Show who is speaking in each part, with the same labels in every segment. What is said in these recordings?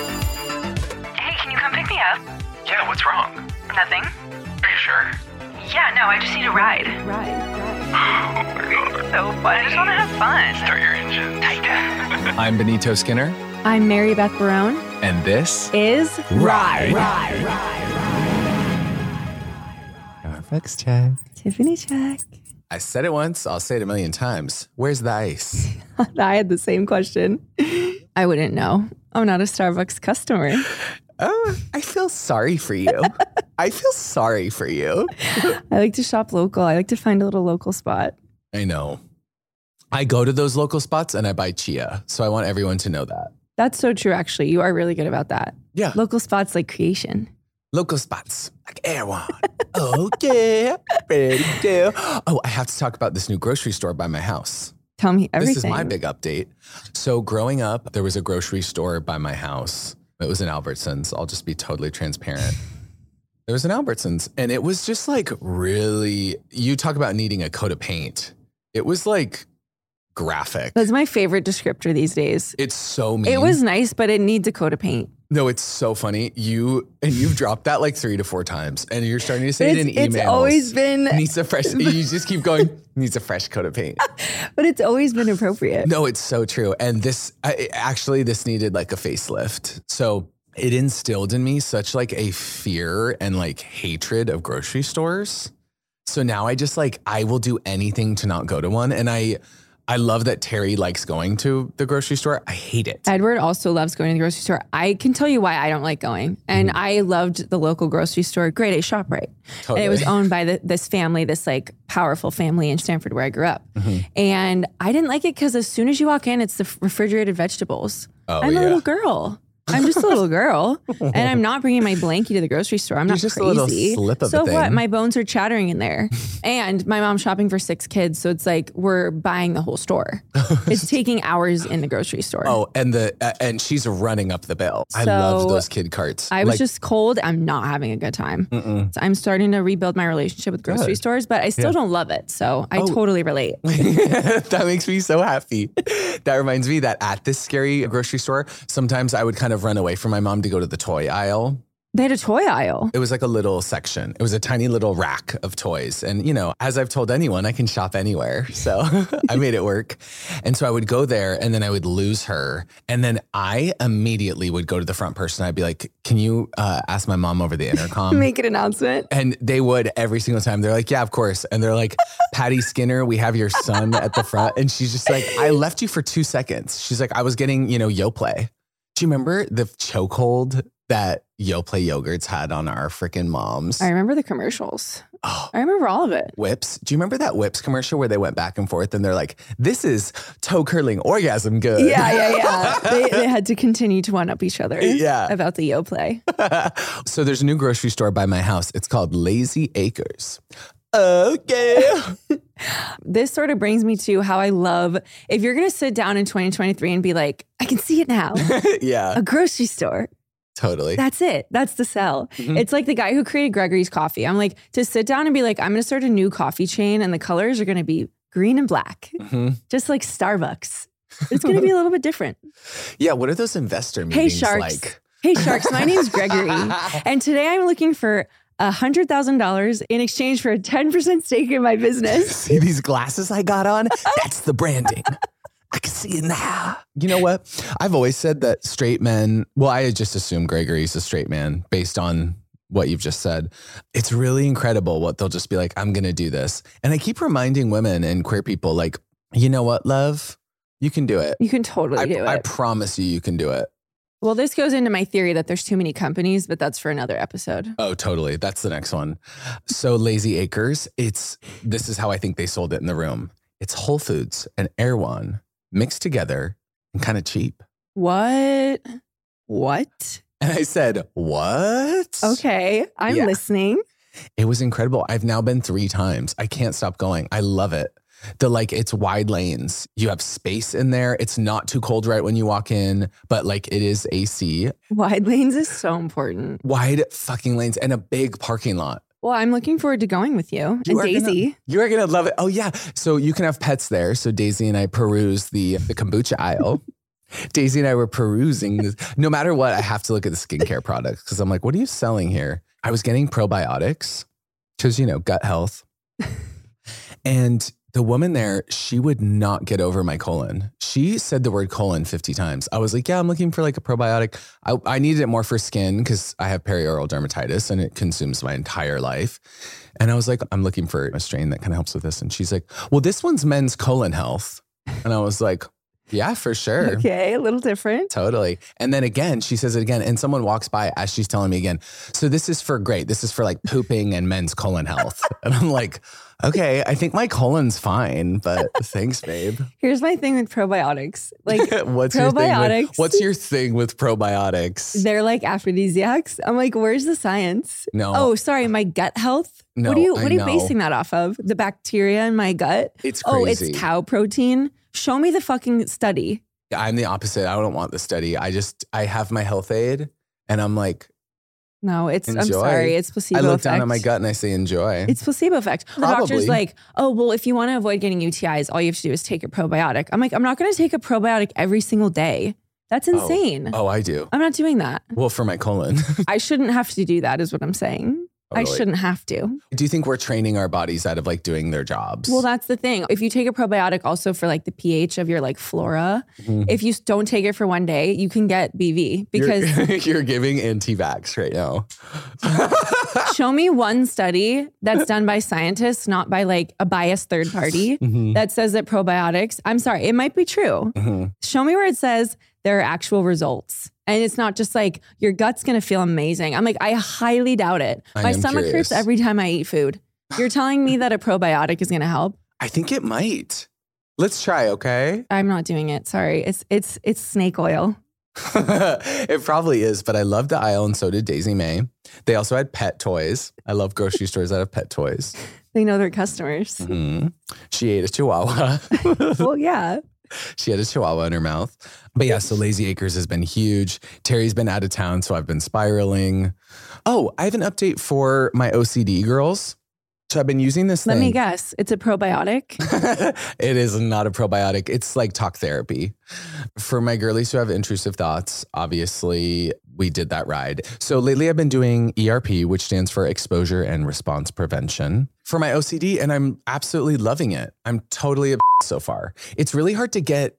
Speaker 1: Hey, can you come pick me up?
Speaker 2: Yeah, what's wrong?
Speaker 1: Nothing.
Speaker 2: Are you sure?
Speaker 1: Yeah, no, I just need a ride.
Speaker 2: Oh my god.
Speaker 1: So fun. I just want to have fun.
Speaker 2: Start your engine.
Speaker 3: I'm Benito Skinner,
Speaker 4: I'm Mary Beth Barone.
Speaker 3: and this
Speaker 4: Is
Speaker 3: Ride. Perfect check.
Speaker 4: Tiffany check?
Speaker 3: I said it once, I'll say it a million times. Where's the ice?
Speaker 4: I had the same question. I wouldn't know. I'm not a Starbucks customer.
Speaker 3: Oh, I feel sorry for you. I feel sorry for you.
Speaker 4: I like to shop local. I like to find a little local spot.
Speaker 3: I know. I go to those local spots and I buy chia. So I want everyone to know that.
Speaker 4: That's so true, actually. You are really good about that.
Speaker 3: Yeah.
Speaker 4: Local spots like creation.
Speaker 3: Local spots like Erewhon. oh, yeah. Pretty deal. Oh, I have to talk about this new grocery store by my house.
Speaker 4: Tell me everything.
Speaker 3: This is my big update. So, growing up, there was a grocery store by my house. It was an Albertsons. I'll just be totally transparent. There was an Albertsons, and it was just like really, you talk about needing a coat of paint. It was like graphic.
Speaker 4: That's my favorite descriptor these days.
Speaker 3: It's so mean.
Speaker 4: It was nice, but it needs a coat of paint.
Speaker 3: no, it's so funny. You and you've dropped that like three to four times, and you're starting to say
Speaker 4: It's,
Speaker 3: it in emails.
Speaker 4: it's always been,
Speaker 3: needs a fresh. You just keep going. Needs a fresh coat of paint.
Speaker 4: but it's always been appropriate.
Speaker 3: No, it's so true. And this I, actually, this needed like a facelift. So it instilled in me such like a fear and like hatred of grocery stores. So now I just like I will do anything to not go to one. And I, I love that Terry likes going to the grocery store. I hate it.
Speaker 4: Edward also loves going to the grocery store. I can tell you why I don't like going. And
Speaker 3: Mm-hmm.
Speaker 4: I loved the local grocery store, Great at ShopRite. And
Speaker 3: Totally.
Speaker 4: it was owned by the, this family, this like powerful family in Stanford where I grew up.
Speaker 3: Mm-hmm.
Speaker 4: And I didn't like it because as soon as you walk in, it's the refrigerated vegetables.
Speaker 3: Oh,
Speaker 4: I'm
Speaker 3: yeah.
Speaker 4: a little girl. I'm just a little girl, and I'm not bringing my blankie to the grocery store. I'm not
Speaker 3: You're just a
Speaker 4: crazy.
Speaker 3: little slip of a
Speaker 4: so what?
Speaker 3: thing.
Speaker 4: My bones are chattering in there, and my mom's shopping for six kids, so it's like we're buying the whole store. it's taking hours in the grocery store.
Speaker 3: Oh, and the uh, and she's running up the bill. I
Speaker 4: So,
Speaker 3: love those kid carts.
Speaker 4: I was
Speaker 3: Like,
Speaker 4: just cold. I'm not having a good time.
Speaker 3: mm-mm.
Speaker 4: So I'm starting to rebuild my relationship with grocery
Speaker 3: Good.
Speaker 4: stores, but I still
Speaker 3: Yeah.
Speaker 4: don't love it. So I
Speaker 3: Oh.
Speaker 4: totally relate.
Speaker 3: that makes me so happy. That reminds me that at this scary grocery store, sometimes I would kind of run away from my mom to go to the toy aisle.
Speaker 4: They had a toy aisle.
Speaker 3: It was like a little section, it was a tiny little rack of toys. And, you know, as I've told anyone, I can shop anywhere. So I made it work. And so I would go there and then I would lose her. And then I immediately would go to the front person. I'd be like, can you uh, ask my mom over the intercom?
Speaker 4: Make an announcement.
Speaker 3: And they would every single time. They're like, yeah, of course. And they're like, Patty Skinner, we have your son at the front. And she's just like, I left you for two seconds. She's like, I was getting, you know, Yoplait. Do you remember the chokehold that Yoplait yogurts had on our freaking moms?
Speaker 4: I remember the commercials.
Speaker 3: Oh.
Speaker 4: I remember all of it.
Speaker 3: Whips. Do you remember that Whips commercial where they went back and forth and they're like, this is toe curling orgasm good?
Speaker 4: Yeah, yeah, yeah. they, they had to continue to one up each other
Speaker 3: Yeah.
Speaker 4: about the yo play.
Speaker 3: so there's a new grocery store by my house. It's called Lazy Acres. Okay.
Speaker 4: This sort of brings me to how I love if you're going to sit down in 2023 and be like, I can see it now,
Speaker 3: yeah.
Speaker 4: a grocery store.
Speaker 3: Totally.
Speaker 4: That's it. That's the sell.
Speaker 3: Mm-hmm.
Speaker 4: It's like the guy who created Gregory's coffee. I'm like, to sit down and be like, I'm going to start a new coffee chain and the colors are going to be green and black,
Speaker 3: Mhm.
Speaker 4: just like Starbucks. It's going to be a little bit different.
Speaker 3: Yeah. What are those investor
Speaker 4: Hey,
Speaker 3: meetings
Speaker 4: sharks.
Speaker 3: like?
Speaker 4: Hey, sharks, my name's Gregory. And today I'm looking for $100,000 in exchange for a 10% stake in my business.
Speaker 3: See these glasses I got on? That's the branding. I can see it now. You know what? I've always said that straight men, well, I just assume Gregory's a straight man based on what you've just said. It's really incredible what they'll just be like, I'm going to do this. And I keep reminding women and queer people, like, you know what, love? You can do it.
Speaker 4: You can totally
Speaker 3: I,
Speaker 4: do it.
Speaker 3: I promise you, you can do it.
Speaker 4: well, this goes into my theory that there's too many companies, but that's for another episode.
Speaker 3: Oh, totally. That's the next one. So Lazy Acres, it's this is how I think they sold it in the room. It's Whole Foods and Erewhon mixed together and kind of cheap.
Speaker 4: What? What?
Speaker 3: And I said, "What?"
Speaker 4: Okay, I'm
Speaker 3: Yeah.
Speaker 4: listening.
Speaker 3: It was incredible. I've now been 3 times. I can't stop going. I love it. The like it's wide lanes. You have space in there. It's not too cold right when you walk in, but like it is AC.
Speaker 4: Wide lanes is so important.
Speaker 3: Wide fucking lanes and a big parking lot.
Speaker 4: Well, I'm looking forward to going with you,
Speaker 3: You
Speaker 4: and
Speaker 3: are gonna-
Speaker 4: Daisy.
Speaker 3: You are gonna love it. Oh yeah. So you can have pets there. So Daisy and I peruse the the kombucha aisle. Daisy and I were perusing this. No matter what, I have to look at the skincare products because I'm like, what are you selling here? I was getting probiotics because you know gut health, and the woman there, she would not get over my colon. She said the word colon 50 times. I was like, yeah, I'm looking for like a probiotic. I, I needed it more for skin because I have perioral dermatitis and it consumes my entire life. And I was like, I'm looking for a strain that kind of helps with this. And she's like, well, this one's men's colon health. And I was like, yeah, for sure.
Speaker 4: Okay, a little different.
Speaker 3: Totally. And then again, she says it again, and someone walks by as she's telling me again. So this is for great. This is for like pooping and men's colon health. and I'm like, okay, I think my colon's fine, but thanks, babe.
Speaker 4: Here's my thing with probiotics. Like
Speaker 3: what's your thing? With,
Speaker 4: probiotics.
Speaker 3: what's your thing with probiotics?
Speaker 4: they're like aphrodisiacs. I'm like, where's the science?
Speaker 3: no,
Speaker 4: Oh, sorry, my gut health.
Speaker 3: No,
Speaker 4: what are you
Speaker 3: I
Speaker 4: what are you
Speaker 3: know.
Speaker 4: basing that off of? The bacteria in my gut?
Speaker 3: it's
Speaker 4: Oh,
Speaker 3: crazy.
Speaker 4: it's cow protein. Show me the fucking study.
Speaker 3: I'm the opposite. I don't want the study. I just I have my health aid, and I'm like,
Speaker 4: No, it's I'm
Speaker 3: Enjoy.
Speaker 4: sorry, it's placebo
Speaker 3: I look
Speaker 4: effect.
Speaker 3: down at my gut and I say, enjoy.
Speaker 4: It's placebo effect. The
Speaker 3: Probably.
Speaker 4: doctor's like, oh, well, if you want to avoid getting UTIs, all you have to do is take a probiotic. I'm like, I'm not going to take a probiotic every single day. That's insane.
Speaker 3: oh, I do.
Speaker 4: I'm not doing that.
Speaker 3: Well, for my colon.
Speaker 4: I shouldn't have to do that, is what I'm saying. I
Speaker 3: Totally.
Speaker 4: shouldn't have to.
Speaker 3: Do you think we're training our bodies out of like doing their jobs?
Speaker 4: Well, that's the thing. If you take a probiotic also for like the pH of your like flora,
Speaker 3: Mhm.
Speaker 4: if you s- don't take it for one day, you can get BV because
Speaker 3: you're, you're giving anti-vax right now.
Speaker 4: show me one study that's done by scientists, not by like a biased third party
Speaker 3: Mhm.
Speaker 4: that says that probiotics, I'm sorry, it might be true.
Speaker 3: Mhm.
Speaker 4: Show me where it says there are actual results. And it's not just like your gut's gonna feel amazing. I'm like, I highly doubt it.
Speaker 3: I
Speaker 4: My
Speaker 3: am
Speaker 4: stomach
Speaker 3: curious.
Speaker 4: hurts every time I eat food. You're telling me that a probiotic is gonna help?
Speaker 3: I think it might. Let's try, okay?
Speaker 4: I'm not doing it. Sorry. It's it's it's snake oil.
Speaker 3: it probably is, but I love the aisle, and so did Daisy May. They also had pet toys. I love grocery stores that have pet toys.
Speaker 4: They know their customers.
Speaker 3: Mhm. She ate a chihuahua.
Speaker 4: well, yeah.
Speaker 3: she had a chihuahua in her mouth. But yeah, so Lazy Acres has been huge. Terry's been out of town, so I've been spiraling. Oh, I have an update for my OCD girls. So I've been using this
Speaker 4: Let
Speaker 3: thing.
Speaker 4: me guess. It's a probiotic.
Speaker 3: it is not a probiotic. It's like talk therapy. For my girlies who have intrusive thoughts, obviously we did that ride. So lately I've been doing ERP, which stands for exposure and response prevention for my OCD, and I'm absolutely loving it. I'm totally obsessed so far. It's really hard to get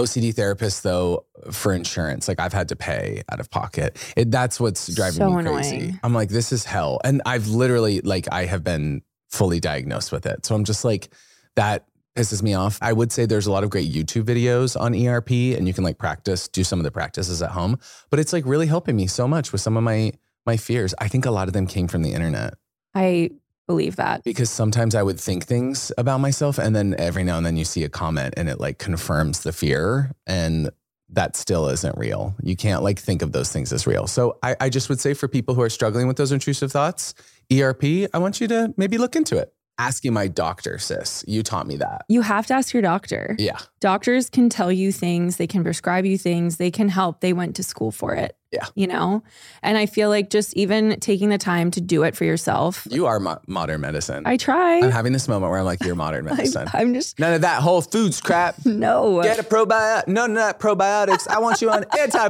Speaker 3: OCD therapists though for insurance. Like I've had to pay out of pocket. It, that's what's driving
Speaker 4: So
Speaker 3: me crazy.
Speaker 4: annoying.
Speaker 3: I'm like, this is hell. And I've literally like I have been fully diagnosed with it. So I'm just like, that pisses me off. I would say there's a lot of great YouTube videos on ERP and you can like practice, do some of the practices at home. But it's like really helping me so much with some of my my fears. I think a lot of them came from the internet
Speaker 4: I believe that.
Speaker 3: because sometimes I would think things about myself and then every now and then you see a comment and it like confirms the fear and that still isn't real. You can't like think of those things as real. So I, E I just would say for people who are struggling with those intrusive thoughts, ERP, I want you to maybe look into it. asking my doctor, sis. You taught me that.
Speaker 4: You have to ask your doctor.
Speaker 3: Yeah.
Speaker 4: Doctors can tell you things, they can prescribe you things, they can help. They went to school for it.
Speaker 3: Yeah.
Speaker 4: You know? And I feel like just even taking the time to do it for yourself.
Speaker 3: You are mo- modern medicine.
Speaker 4: I try.
Speaker 3: am having this moment where I'm like, you're modern
Speaker 4: I,
Speaker 3: medicine.
Speaker 4: am just
Speaker 3: None of that whole foods crap.
Speaker 4: no.
Speaker 3: Get a probiotic. None of that probiotics. I want you on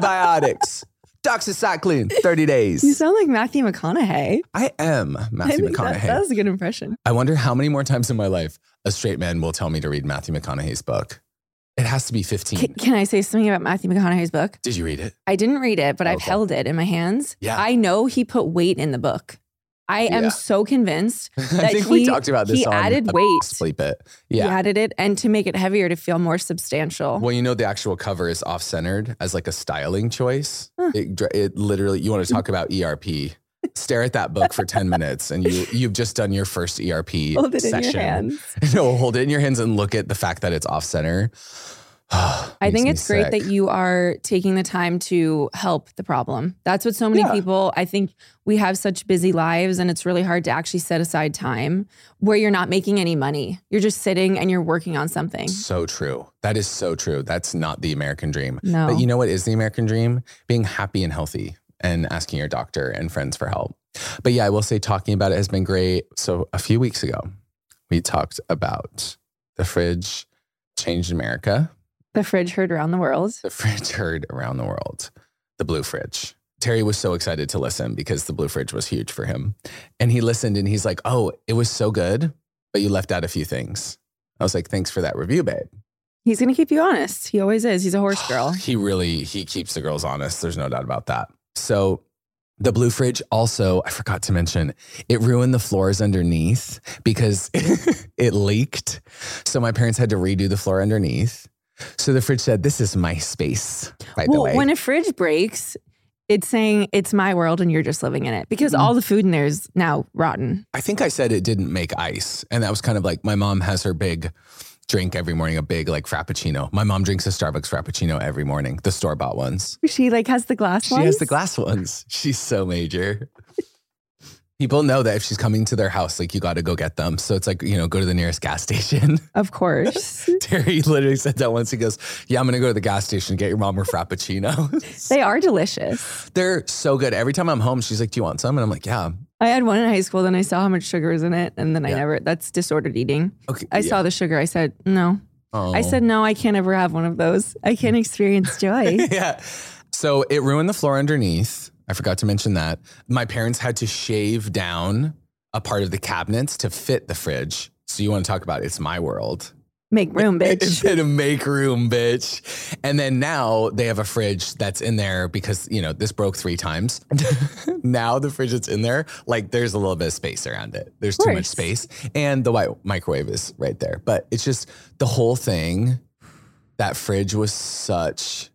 Speaker 3: antibiotics. Doxycycline, 30
Speaker 4: You
Speaker 3: days.
Speaker 4: sound like Matthew McConaughey.
Speaker 3: I am Matthew
Speaker 4: I think
Speaker 3: McConaughey.
Speaker 4: That, that was a good impression.
Speaker 3: I wonder how many more times in my life a straight man will tell me to read Matthew McConaughey's book. It has to be 15.
Speaker 4: Can, can I say something about Matthew McConaughey's book?
Speaker 3: Did you read it?
Speaker 4: I didn't read it, but I've
Speaker 3: Okay.
Speaker 4: held it in my hands.
Speaker 3: Yeah.
Speaker 4: I know he put weight in the book. I am
Speaker 3: Yeah.
Speaker 4: so convinced
Speaker 3: I
Speaker 4: that
Speaker 3: think
Speaker 4: he-
Speaker 3: we talked about this
Speaker 4: he
Speaker 3: on
Speaker 4: added
Speaker 3: a-
Speaker 4: weight.
Speaker 3: Sleep it.
Speaker 4: he
Speaker 3: Yeah.
Speaker 4: added it and to make it heavier to feel more substantial.
Speaker 3: Well, you know, the actual cover is off centered as like a styling choice.
Speaker 4: Huh.
Speaker 3: It, dr- it literally, you want to talk about ERP. Stare at that book for 10 minutes and you, you've just done your first ERP
Speaker 4: Hold it in
Speaker 3: session.
Speaker 4: your hands.
Speaker 3: no, hold it in your hands and look at the fact that it's off center.
Speaker 4: I think it's great that you are taking the time to help the problem. That's what so many
Speaker 3: Yeah.
Speaker 4: people, I think we have such busy lives and it's really hard to actually set aside time where you're not making any money. You're just sitting and you're working on something.
Speaker 3: So true. That is so true. That's not the American dream.
Speaker 4: No.
Speaker 3: But you know what is the American dream? Being happy and healthy and asking your doctor and friends for help. But yeah, I will say talking about it has been great. So a few weeks ago, we talked about the fridge changed America,
Speaker 4: the fridge heard around the world.
Speaker 3: the fridge heard around the world, the blue fridge. Terry was so excited to listen because the blue fridge was huge for him. And he listened and he's like, Oh, it was so good, but you left out a few things. I was like, Thanks for that review, babe.
Speaker 4: He's going to keep you honest. He always is. He's a horse girl.
Speaker 3: He really he keeps the girls honest. There's no doubt about that. So the blue fridge also, I forgot to mention, it ruined the floors underneath because it leaked. So my parents had to redo the floor underneath. So the fridge said, This is my space, by the
Speaker 4: well,
Speaker 3: way.
Speaker 4: when a fridge breaks, it's saying it's my world and you're just living in it
Speaker 3: Mm.
Speaker 4: because all the food in there is now rotten.
Speaker 3: I think I said it didn't make ice. And that was kind of like my mom has her big drink every morning, a big like frappuccino. My mom drinks a Starbucks frappuccino every morning, the store bought ones.
Speaker 4: She like has the glass
Speaker 3: She has the glass ones. She's so major. People know that if she's coming to their house, like you got to go get them. So it's like, you know, go to the nearest gas station.
Speaker 4: Of course.
Speaker 3: Terry literally said that once. He goes, Yeah, I'm going to go to the gas station, get your mom her Frappuccino.
Speaker 4: they are delicious.
Speaker 3: They're so good. Every time I'm home, she's like, Do you want some? And I'm like, Yeah.
Speaker 4: I had one in high school, then I saw how much sugar was in it, and then I
Speaker 3: Yeah. Oh,
Speaker 4: never, that's disordered eating.
Speaker 3: Okay.
Speaker 4: I saw the sugar. I said, no. I said, no, I can't ever have one of those. I
Speaker 3: Mm.
Speaker 4: can't experience joy.
Speaker 3: yeah. So it ruined the floor underneath. I forgot to mention that. My parents had to shave down a part of the cabinets to fit the fridge. So you want to talk about it's my world.
Speaker 4: Make room, bitch.
Speaker 3: It's in a make room, bitch. And then now they have a fridge that's in there because, you know, this broke three times. now the fridge that's in there, like there's a little bit of space around it. There's too much
Speaker 4: course.
Speaker 3: space. And the white microwave is right there. But it's just the whole thing, that fridge was such,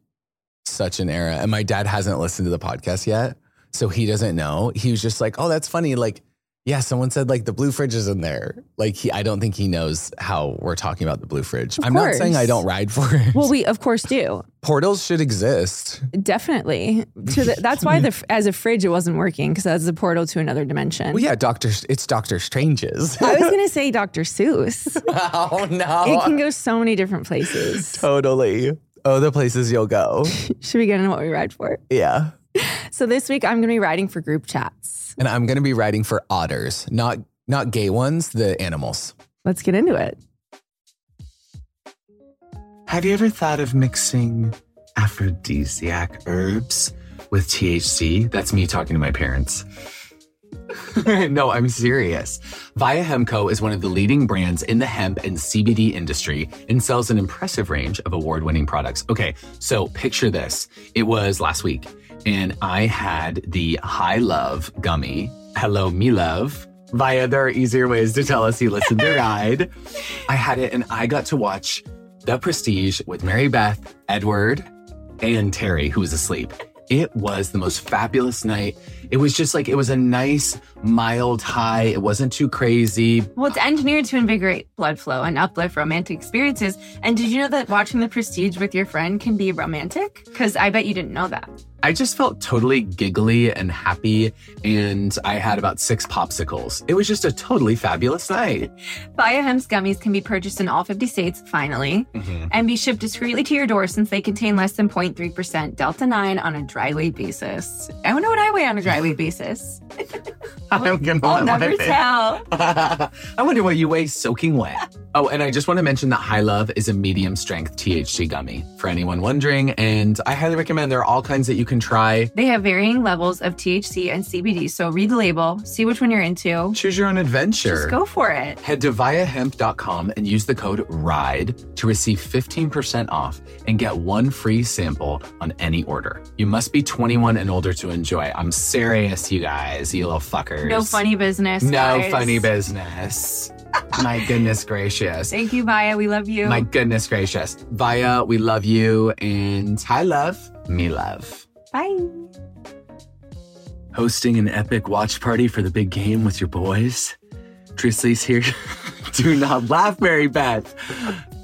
Speaker 3: such an era. And my dad hasn't listened to the podcast yet. So he doesn't know. He was just like, oh, that's funny. Like, yeah, someone said like the blue fridge is in there. Like he, I don't think he knows how we're talking about the blue fridge.
Speaker 4: Of
Speaker 3: I'm not saying I
Speaker 4: course.
Speaker 3: don't ride for it.
Speaker 4: Well, we of course do.
Speaker 3: Portals should exist.
Speaker 4: Definitely. To the, that's why the as a fridge it wasn't working because that's a portal to another dimension.
Speaker 3: Well, yeah, Doctor, it's Doctor Strange's.
Speaker 4: I was gonna say Dr. Seuss.
Speaker 3: oh
Speaker 4: It can
Speaker 3: no,
Speaker 4: go so many different places.
Speaker 3: totally. Oh, the places you'll go.
Speaker 4: Should we get into what we ride for?
Speaker 3: Yeah,
Speaker 4: So this week I'm gonna be riding for group chats.
Speaker 3: and I'm gonna be riding for otters, not not gay ones, the animals.
Speaker 4: Let's get into it.
Speaker 5: Have you ever thought of mixing aphrodisiac herbs with THC? That's me talking to my parents.
Speaker 3: no, I'm serious. Via Hemco is one of the leading brands in the hemp and CBD industry and sells an impressive range of award winning products. Okay, so picture this it was last week, and I had the High Love gummy. Hello, me love. Via, there are easier ways to tell us you listened to Ride. I had it, and I got to watch The Prestige with Mary Beth, Edward, and Terry, who was asleep. It was the most fabulous night. It was just like, it was a nice, mild high. It wasn't too crazy.
Speaker 4: Well, it's engineered to invigorate blood flow and uplift romantic experiences. And did you know that watching The Prestige with your friend can be romantic? Because I bet you didn't know that.
Speaker 3: I just felt totally giggly and happy. And I had about six popsicles. It was just a totally fabulous night.
Speaker 4: Biohem's gummies can be purchased in all 50 states, finally,
Speaker 3: Mm-hmm.
Speaker 4: and be shipped discreetly to your door since they contain less than 0.3% Delta 9 on a dry weight basis. I wonder what I weigh on a dry weight basis.
Speaker 3: I'm gonna
Speaker 4: I'll
Speaker 3: let
Speaker 4: never
Speaker 3: my-
Speaker 4: tell.
Speaker 3: I wonder what you weigh soaking wet. Oh, and I just want to mention that High Love is a medium strength THC gummy for anyone wondering. And I highly recommend there are all kinds that you can try.
Speaker 4: They have varying levels of THC and CBD, so read the label, see which one you're into.
Speaker 3: Choose your own adventure.
Speaker 4: Just go for it.
Speaker 3: Head to viahemp.com and use the code RIDE to receive 15% off and get one free sample on any order. You must be 21 and older to enjoy. I'm serious, you guys, you little fuckers.
Speaker 4: No funny business.
Speaker 3: No
Speaker 4: guys.
Speaker 3: funny business. My goodness gracious.
Speaker 4: Thank you, Maya. We love you.
Speaker 3: My goodness gracious. Vaya, we love you. And hi, love. Me love.
Speaker 4: Bye.
Speaker 3: Hosting an epic watch party for the big game with your boys. Drizzly's here. Do not laugh, Mary Beth.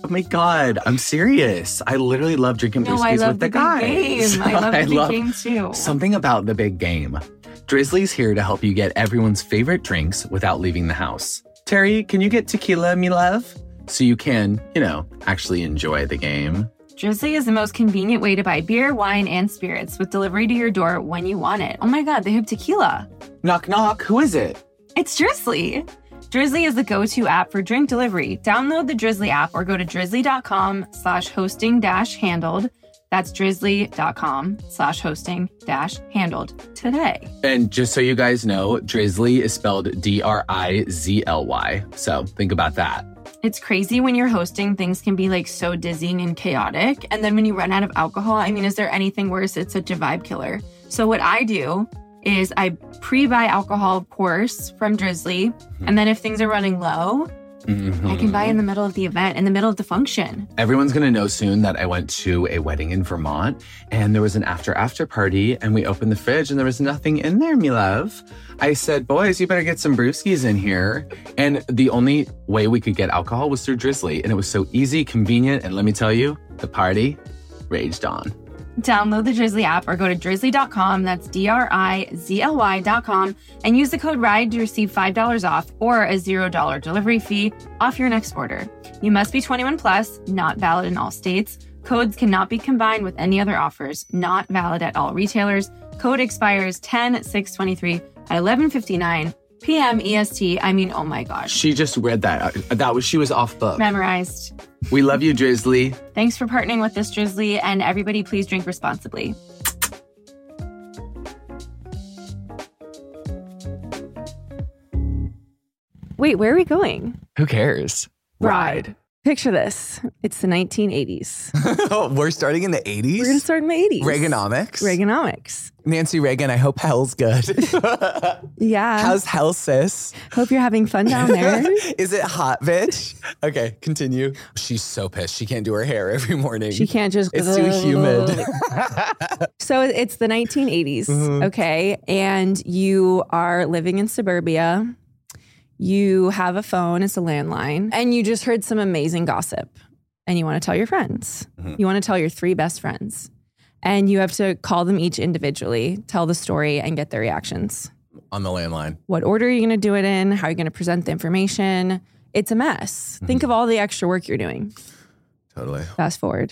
Speaker 3: Oh my God, I'm serious. I literally love drinking
Speaker 4: No,
Speaker 3: brewskis
Speaker 4: I love
Speaker 3: with the,
Speaker 4: big
Speaker 3: guys.
Speaker 4: game. I love the big game too.
Speaker 3: Something about the big game. Drizzly's here to help you get everyone's favorite drinks without leaving the house. Terry, can you get tequila, me love? So you can, you know, actually enjoy the game.
Speaker 4: Drizzly is the most convenient way to buy beer, wine, and spirits with delivery to your door when you want it. Oh my God, they have tequila.
Speaker 3: Knock, knock. Who is it?
Speaker 4: It's Drizzly. Drizzly is the go-to app for drink delivery. Download the Drizzly app or go to drizzly.com slash hosting dash handled. That's drizzly.com slash hosting dash handled today.
Speaker 3: And just so you guys know, Drizzly is spelled D R I Z L Y. So think about that.
Speaker 4: It's crazy when you're hosting, things can be like so dizzying and chaotic. And then when you run out of alcohol, I mean, is there anything worse? It's such a vibe killer. So, what I do is I pre buy alcohol, of course, from Drizzly. And then if things are running low,
Speaker 3: Mm-hmm.
Speaker 4: I can buy in the middle of the event, in the middle of the function.
Speaker 3: Everyone's going to know soon that I went to a wedding in Vermont and there was an after after party and we opened the fridge and there was nothing in there, me love. I said, boys, you better get some brewskis in here. And the only way we could get alcohol was through Drizzly. And it was so easy, convenient. And let me tell you, the party raged on.
Speaker 4: Download the Drizzly app or go to drizzly.com, that's D R I Z L Y.com, and use the code RIDE to receive $5 off or a $0 delivery fee off your next order. You must be 21 plus, not valid in all states. Codes cannot be combined with any other offers, not valid at all retailers. Code expires 10 623 at 1159 p.m. EST. E I mean, oh my gosh.
Speaker 3: She just read that. uh, That was, she was off book.
Speaker 4: Memorized.
Speaker 3: We love you, Drizzly.
Speaker 4: Thanks for partnering with this Drizzly, and everybody, please drink responsibly.
Speaker 5: Wait, where are we going?
Speaker 6: Who cares?
Speaker 5: Ride. Picture this. It's the 1980s.
Speaker 6: We're starting in the
Speaker 5: We're going to
Speaker 6: 80s.
Speaker 5: start in the 80s.
Speaker 6: Reaganomics.
Speaker 5: Reaganomics.
Speaker 6: Nancy Reagan, I hope hell's good.
Speaker 5: Yeah.
Speaker 6: How's hell, sis?
Speaker 5: Hope you're having fun down there.
Speaker 6: Is it hot, bitch? Okay, continue. She's so pissed. She can't do her hair every morning.
Speaker 5: She can't just.
Speaker 6: It's too humid.
Speaker 5: So it's the 1980s,
Speaker 6: Mhm.
Speaker 5: okay? And you are living in suburbia. You have a phone, it's a landline, and you just heard some amazing gossip. And you want to tell your friends.
Speaker 6: Mhm.
Speaker 5: You want to tell your three best friends. And you have to call them each individually, tell the story, and get their reactions.
Speaker 6: On the landline.
Speaker 5: What order are you going to do it in? How are you going to present the information? It's a mess. Think of all the extra work you're doing.
Speaker 6: Totally.
Speaker 5: Fast forward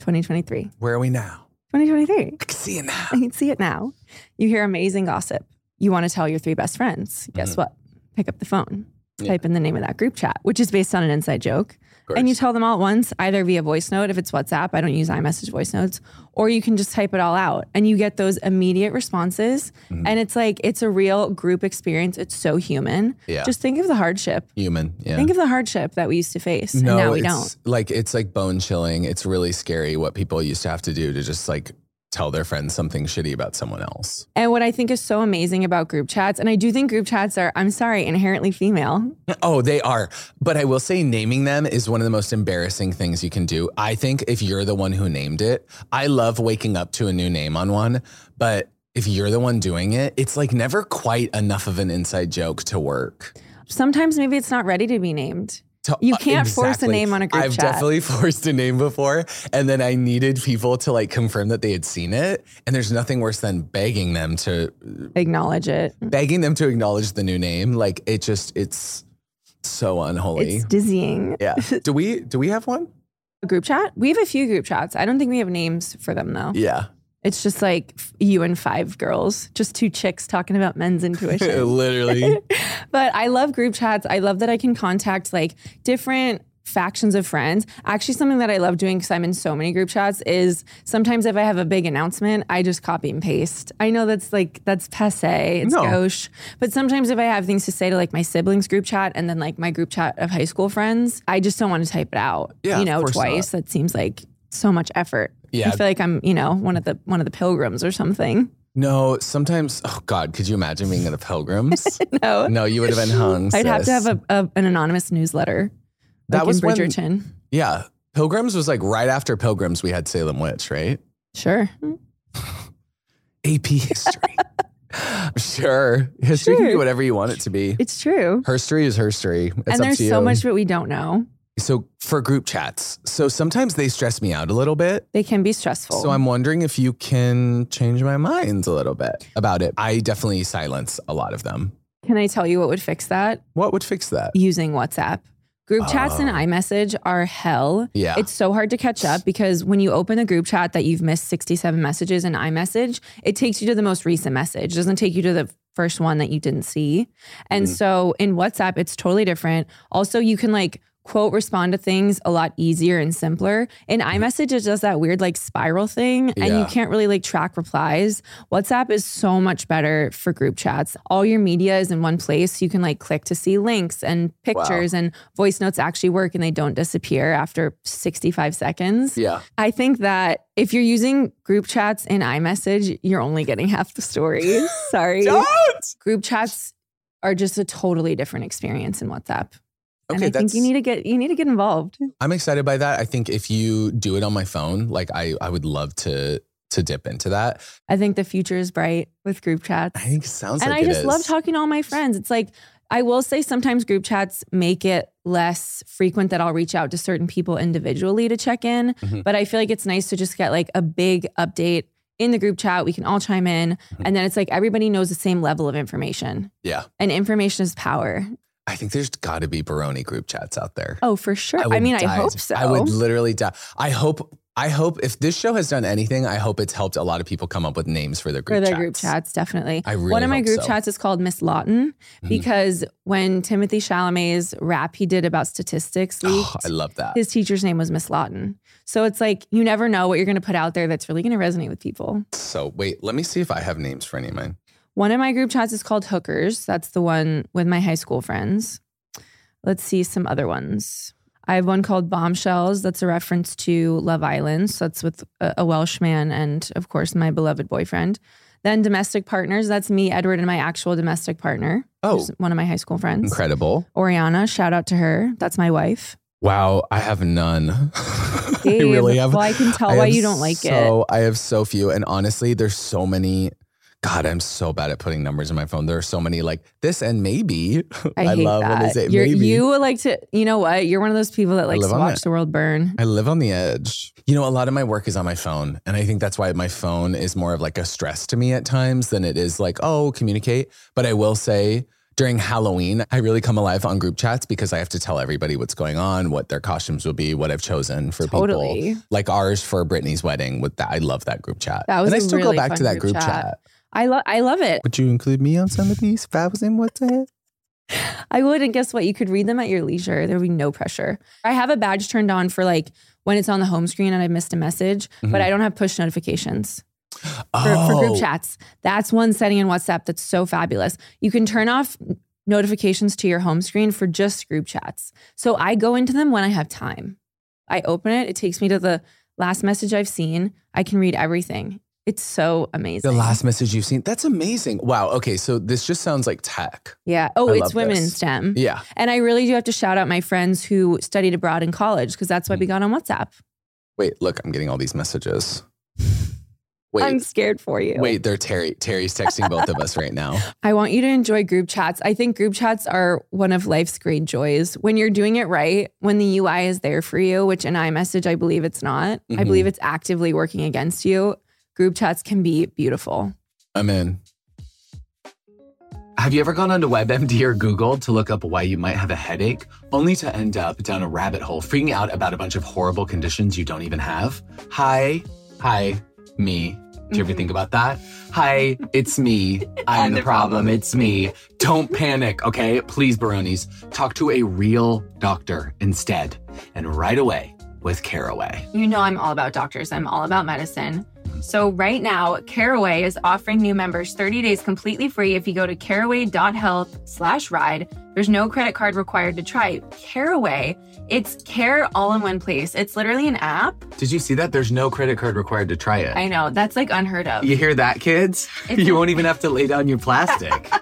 Speaker 5: 2023.
Speaker 6: Where are we now?
Speaker 5: 2023.
Speaker 6: I can see it now.
Speaker 5: I can see it now. You hear amazing gossip. You want to tell your three best friends. Guess
Speaker 6: Mhm.
Speaker 5: what? Pick up the phone,
Speaker 6: Yeah.
Speaker 5: type in the name of that group chat, which is based on an inside joke.
Speaker 6: Of course.
Speaker 5: And you tell them all at once, either via voice note, if it's WhatsApp, I don't use iMessage voice notes, or you can just type it all out and you get those immediate responses.
Speaker 6: Mhm.
Speaker 5: And it's like, it's a real group experience. It's so human.
Speaker 6: yeah.
Speaker 5: Just think of the hardship.
Speaker 6: human. Yeah.
Speaker 5: Think of the hardship that we used to face.
Speaker 6: no,
Speaker 5: and now we
Speaker 6: it's
Speaker 5: don't.
Speaker 6: like it's like bone chilling. It's really scary what people used to have to do to just like tell their friends something shitty about someone else.
Speaker 5: And what I think is so amazing about group chats, and I do think group chats are, I'm sorry, inherently female.
Speaker 6: Oh, they are. But I will say naming them is one of the most embarrassing things you can do. I think if you're the one who named it, I love waking up to a new name on one, but
Speaker 3: if you're the one doing it, it's like never quite enough of an inside joke to work.
Speaker 5: Sometimes maybe it's not ready to be named.
Speaker 3: To- uh,
Speaker 5: You can't force a name on a group
Speaker 3: I've
Speaker 5: chat.
Speaker 3: definitely forced a name before, and then I needed people to like confirm that they had seen it. And there's nothing worse than begging them to
Speaker 5: Acknowledge it.
Speaker 3: begging them to acknowledge the new name. Like it just it's so unholy.
Speaker 5: It's dizzying.
Speaker 3: yeah. Do we do we have one?
Speaker 5: Group chat? We have a few group chats. I don't think we have names for them though.
Speaker 3: Yeah.
Speaker 5: It's just like f- you and five girls, just two chicks talking about men's intuition.
Speaker 3: Literally.
Speaker 5: but I love group chats. I love that I can contact like different factions of friends. Actually, something that I love doing because I'm in so many group chats is sometimes if I have a big announcement, I just copy and paste. I know that's like that's passe, it's
Speaker 3: No.
Speaker 5: gauche. But sometimes if I have things to say to like my siblings group chat and then like my group chat of high school friends, I just don't want to type it out.
Speaker 3: Yeah,
Speaker 5: you
Speaker 3: of
Speaker 5: know,
Speaker 3: course not.
Speaker 5: twice. That seems like so much effort.
Speaker 3: Yeah.
Speaker 5: I feel like I'm, you know, one of the one of the pilgrims or something.
Speaker 3: No, sometimes oh God, could you imagine being in the pilgrims?
Speaker 5: No.
Speaker 3: no, you would have been hung.
Speaker 5: I'd have to
Speaker 3: sis.
Speaker 5: have a, a, an anonymous newsletter.
Speaker 3: That
Speaker 5: like
Speaker 3: was
Speaker 5: in
Speaker 3: when-
Speaker 5: Bridgerton.
Speaker 3: Yeah. Pilgrims was like right after Pilgrims we had Salem Witch, right?
Speaker 5: Sure.
Speaker 3: AP history. sure. History can be
Speaker 5: Sure.
Speaker 3: whatever you want it to be.
Speaker 5: It's true.
Speaker 3: Herstory is herstory. It's up
Speaker 5: and there's
Speaker 3: to you.
Speaker 5: so much that we don't know.
Speaker 3: So for group chats, so sometimes they stress me out a little bit.
Speaker 5: They can be stressful.
Speaker 3: So I'm wondering if you can change my minds a little bit about it. I definitely silence a lot of them.
Speaker 5: can I tell you what would fix that?
Speaker 3: What would fix that?
Speaker 5: Using WhatsApp. Group chats and
Speaker 3: Oh.
Speaker 5: iMessage are hell.
Speaker 3: Yeah.
Speaker 5: It's so hard to catch up because when you open a group chat that you've missed 67 messages in iMessage, it takes you to the most recent message. It doesn't take you to the first one that you didn't see.
Speaker 3: Mm.
Speaker 5: And so in WhatsApp, it's totally different. Also, you can like quote respond to things a lot easier and simpler. In iMessage, it does that weird like spiral thing and you
Speaker 3: Mm-hmm. Yeah.
Speaker 5: can't really like track replies. WhatsApp is so much better for group chats. All your media is in one place. You can like click to see links and pictures and voice notes actually work and they don't disappear after 65 seconds.
Speaker 3: yeah.
Speaker 5: I think that if you're using group chats in iMessage, you're only getting half the story. Sorry. Group chats are just a totally different experience in WhatsApp. and
Speaker 3: Okay,
Speaker 5: I
Speaker 3: that's
Speaker 5: think you need to get you need to get involved.
Speaker 3: I'm excited by that. I think if you do it on my phone, like I I would love to to dip into that.
Speaker 5: I think the future is bright with group chats.
Speaker 3: I think it sounds
Speaker 5: and
Speaker 3: like
Speaker 5: I
Speaker 3: it
Speaker 5: just love
Speaker 3: is.
Speaker 5: talking to all my friends. It's like I will say sometimes group chats make it less frequent that I'll reach out to certain people individually to check in,
Speaker 3: Mhm.
Speaker 5: but I feel like it's nice to just get like a big update in the group chat. We can all chime in,
Speaker 3: Mm-hmm.
Speaker 5: and then it's like everybody knows the same level of information.
Speaker 3: Yeah.
Speaker 5: and information is power.
Speaker 3: I think there's got to be Baroni group chats out there.
Speaker 5: Oh, for sure. I,
Speaker 3: would
Speaker 5: mean, I
Speaker 3: die
Speaker 5: hope
Speaker 3: to-
Speaker 5: so.
Speaker 3: I would literally die. I hope. I hope if this show has done anything, I hope it's helped a lot of people come up with names for their group
Speaker 5: for their
Speaker 3: chats.
Speaker 5: group chats, definitely.
Speaker 3: I
Speaker 5: One
Speaker 3: really
Speaker 5: of my
Speaker 3: hope
Speaker 5: group
Speaker 3: so.
Speaker 5: chats is called Miss Lawton
Speaker 3: Mhm.
Speaker 5: because when Timothy Chalamet's rap he did about statistics leaked,
Speaker 3: Oh, I love that.
Speaker 5: his teacher's name was Miss Lawton. So it's like you never know what you're going to put out there that's really going to resonate with people.
Speaker 3: So wait, let me see if I have names for any of mine.
Speaker 5: One of my group chats is called Hookers. That's the one with my high school friends. Let's see some other ones. I have one called Bombshells. That's a reference to Love Island. So that's with a, a Welsh man and, of course, my beloved boyfriend. Then Domestic Partners. That's me, Edward, and my actual domestic partner.
Speaker 3: Oh.
Speaker 5: who's one of my high school friends.
Speaker 3: Incredible.
Speaker 5: Oriana, shout out to her. That's my wife.
Speaker 3: Wow, I have none.
Speaker 5: Gabe,
Speaker 3: I really have.
Speaker 5: well, I can tell
Speaker 3: I
Speaker 5: why
Speaker 3: have
Speaker 5: you don't like it.
Speaker 3: So I have so few, and honestly, there's so many. God, I'm so bad at putting numbers in my phone. There are so many like this and maybe.
Speaker 5: I, hate
Speaker 3: love
Speaker 5: that.
Speaker 3: when they say
Speaker 5: You're,
Speaker 3: maybe.
Speaker 5: you like to, you know what? You're one of those people that likes
Speaker 3: live
Speaker 5: to
Speaker 3: on
Speaker 5: watch
Speaker 3: it.
Speaker 5: the world burn.
Speaker 3: I live on the edge. You know, a lot of my work is on my phone. And I think that's why my phone is more of like a stress to me at times than it is like, oh, communicate. But I will say during Halloween, I really come alive on group chats because I have to tell everybody what's going on, what their costumes will be, what I've chosen for people.
Speaker 5: Totally.
Speaker 3: Like ours for Brittany's wedding with that. I love that group chat.
Speaker 5: That was
Speaker 3: and I
Speaker 5: a
Speaker 3: still
Speaker 5: really
Speaker 3: go back
Speaker 5: fun
Speaker 3: to that group,
Speaker 5: group chat.
Speaker 3: chat.
Speaker 5: I love I love it.
Speaker 3: Would you include me on some of these if I was in what's ahead?
Speaker 5: I would and guess what? You could read them at your leisure. There would be no pressure. I have a badge turned on for like when it's on the home screen and I missed a message,
Speaker 3: Mm-hmm.
Speaker 5: but I don't have push notifications for, for
Speaker 3: Oh.
Speaker 5: group chats. That's one setting in WhatsApp that's so fabulous. You can turn off notifications to your home screen for just group chats. So I go into them when I have time. I open it, it takes me to the last message I've seen. I can read everything. It's so amazing.
Speaker 3: The last message you've seen. That's amazing. Wow. Okay. So this just sounds like tech.
Speaker 5: yeah. Oh,
Speaker 3: I
Speaker 5: it's
Speaker 3: love
Speaker 5: women in
Speaker 3: this.
Speaker 5: STEM.
Speaker 3: Yeah.
Speaker 5: And I really do have to shout out my friends who studied abroad in
Speaker 3: Mm.
Speaker 5: college because that's why we got on WhatsApp.
Speaker 3: Wait, look, I'm getting all these messages. Wait,
Speaker 5: I'm scared for you.
Speaker 3: wait, they're Terry. Terry's texting both of us right now.
Speaker 5: I want you to enjoy group chats. I think group chats are one of life's great joys. When you're doing it right, when the UI is there for you, which in iMessage, I believe it's not, I
Speaker 3: Mhm.
Speaker 5: believe it's actively working against you. Group chats can be beautiful.
Speaker 3: I'm in.
Speaker 7: Have you ever gone onto WebMD or Google to look up why you might have a headache, only to end up down a rabbit hole, freaking out about a bunch of horrible conditions you don't even have? Hi, hi, me. Do you ever think about that? Hi, it's me. I'm Mm-hmm. the, problem. It's me. Don't panic, okay? Please, Baronies, talk to a real doctor instead, and right away with Caraway.
Speaker 4: You know, I'm all about doctors, I'm all about medicine. So, right now, Caraway is offering new members 30 days completely free if you go to caraway.health slash ride. There's no credit card required to try Caraway. It's care all in one place. It's literally an app.
Speaker 7: Did you see that? There's no credit card required to try it.
Speaker 4: I know, that's like unheard of.
Speaker 7: you hear that, kids?
Speaker 4: It's-
Speaker 7: you won't even have to lay down your plastic.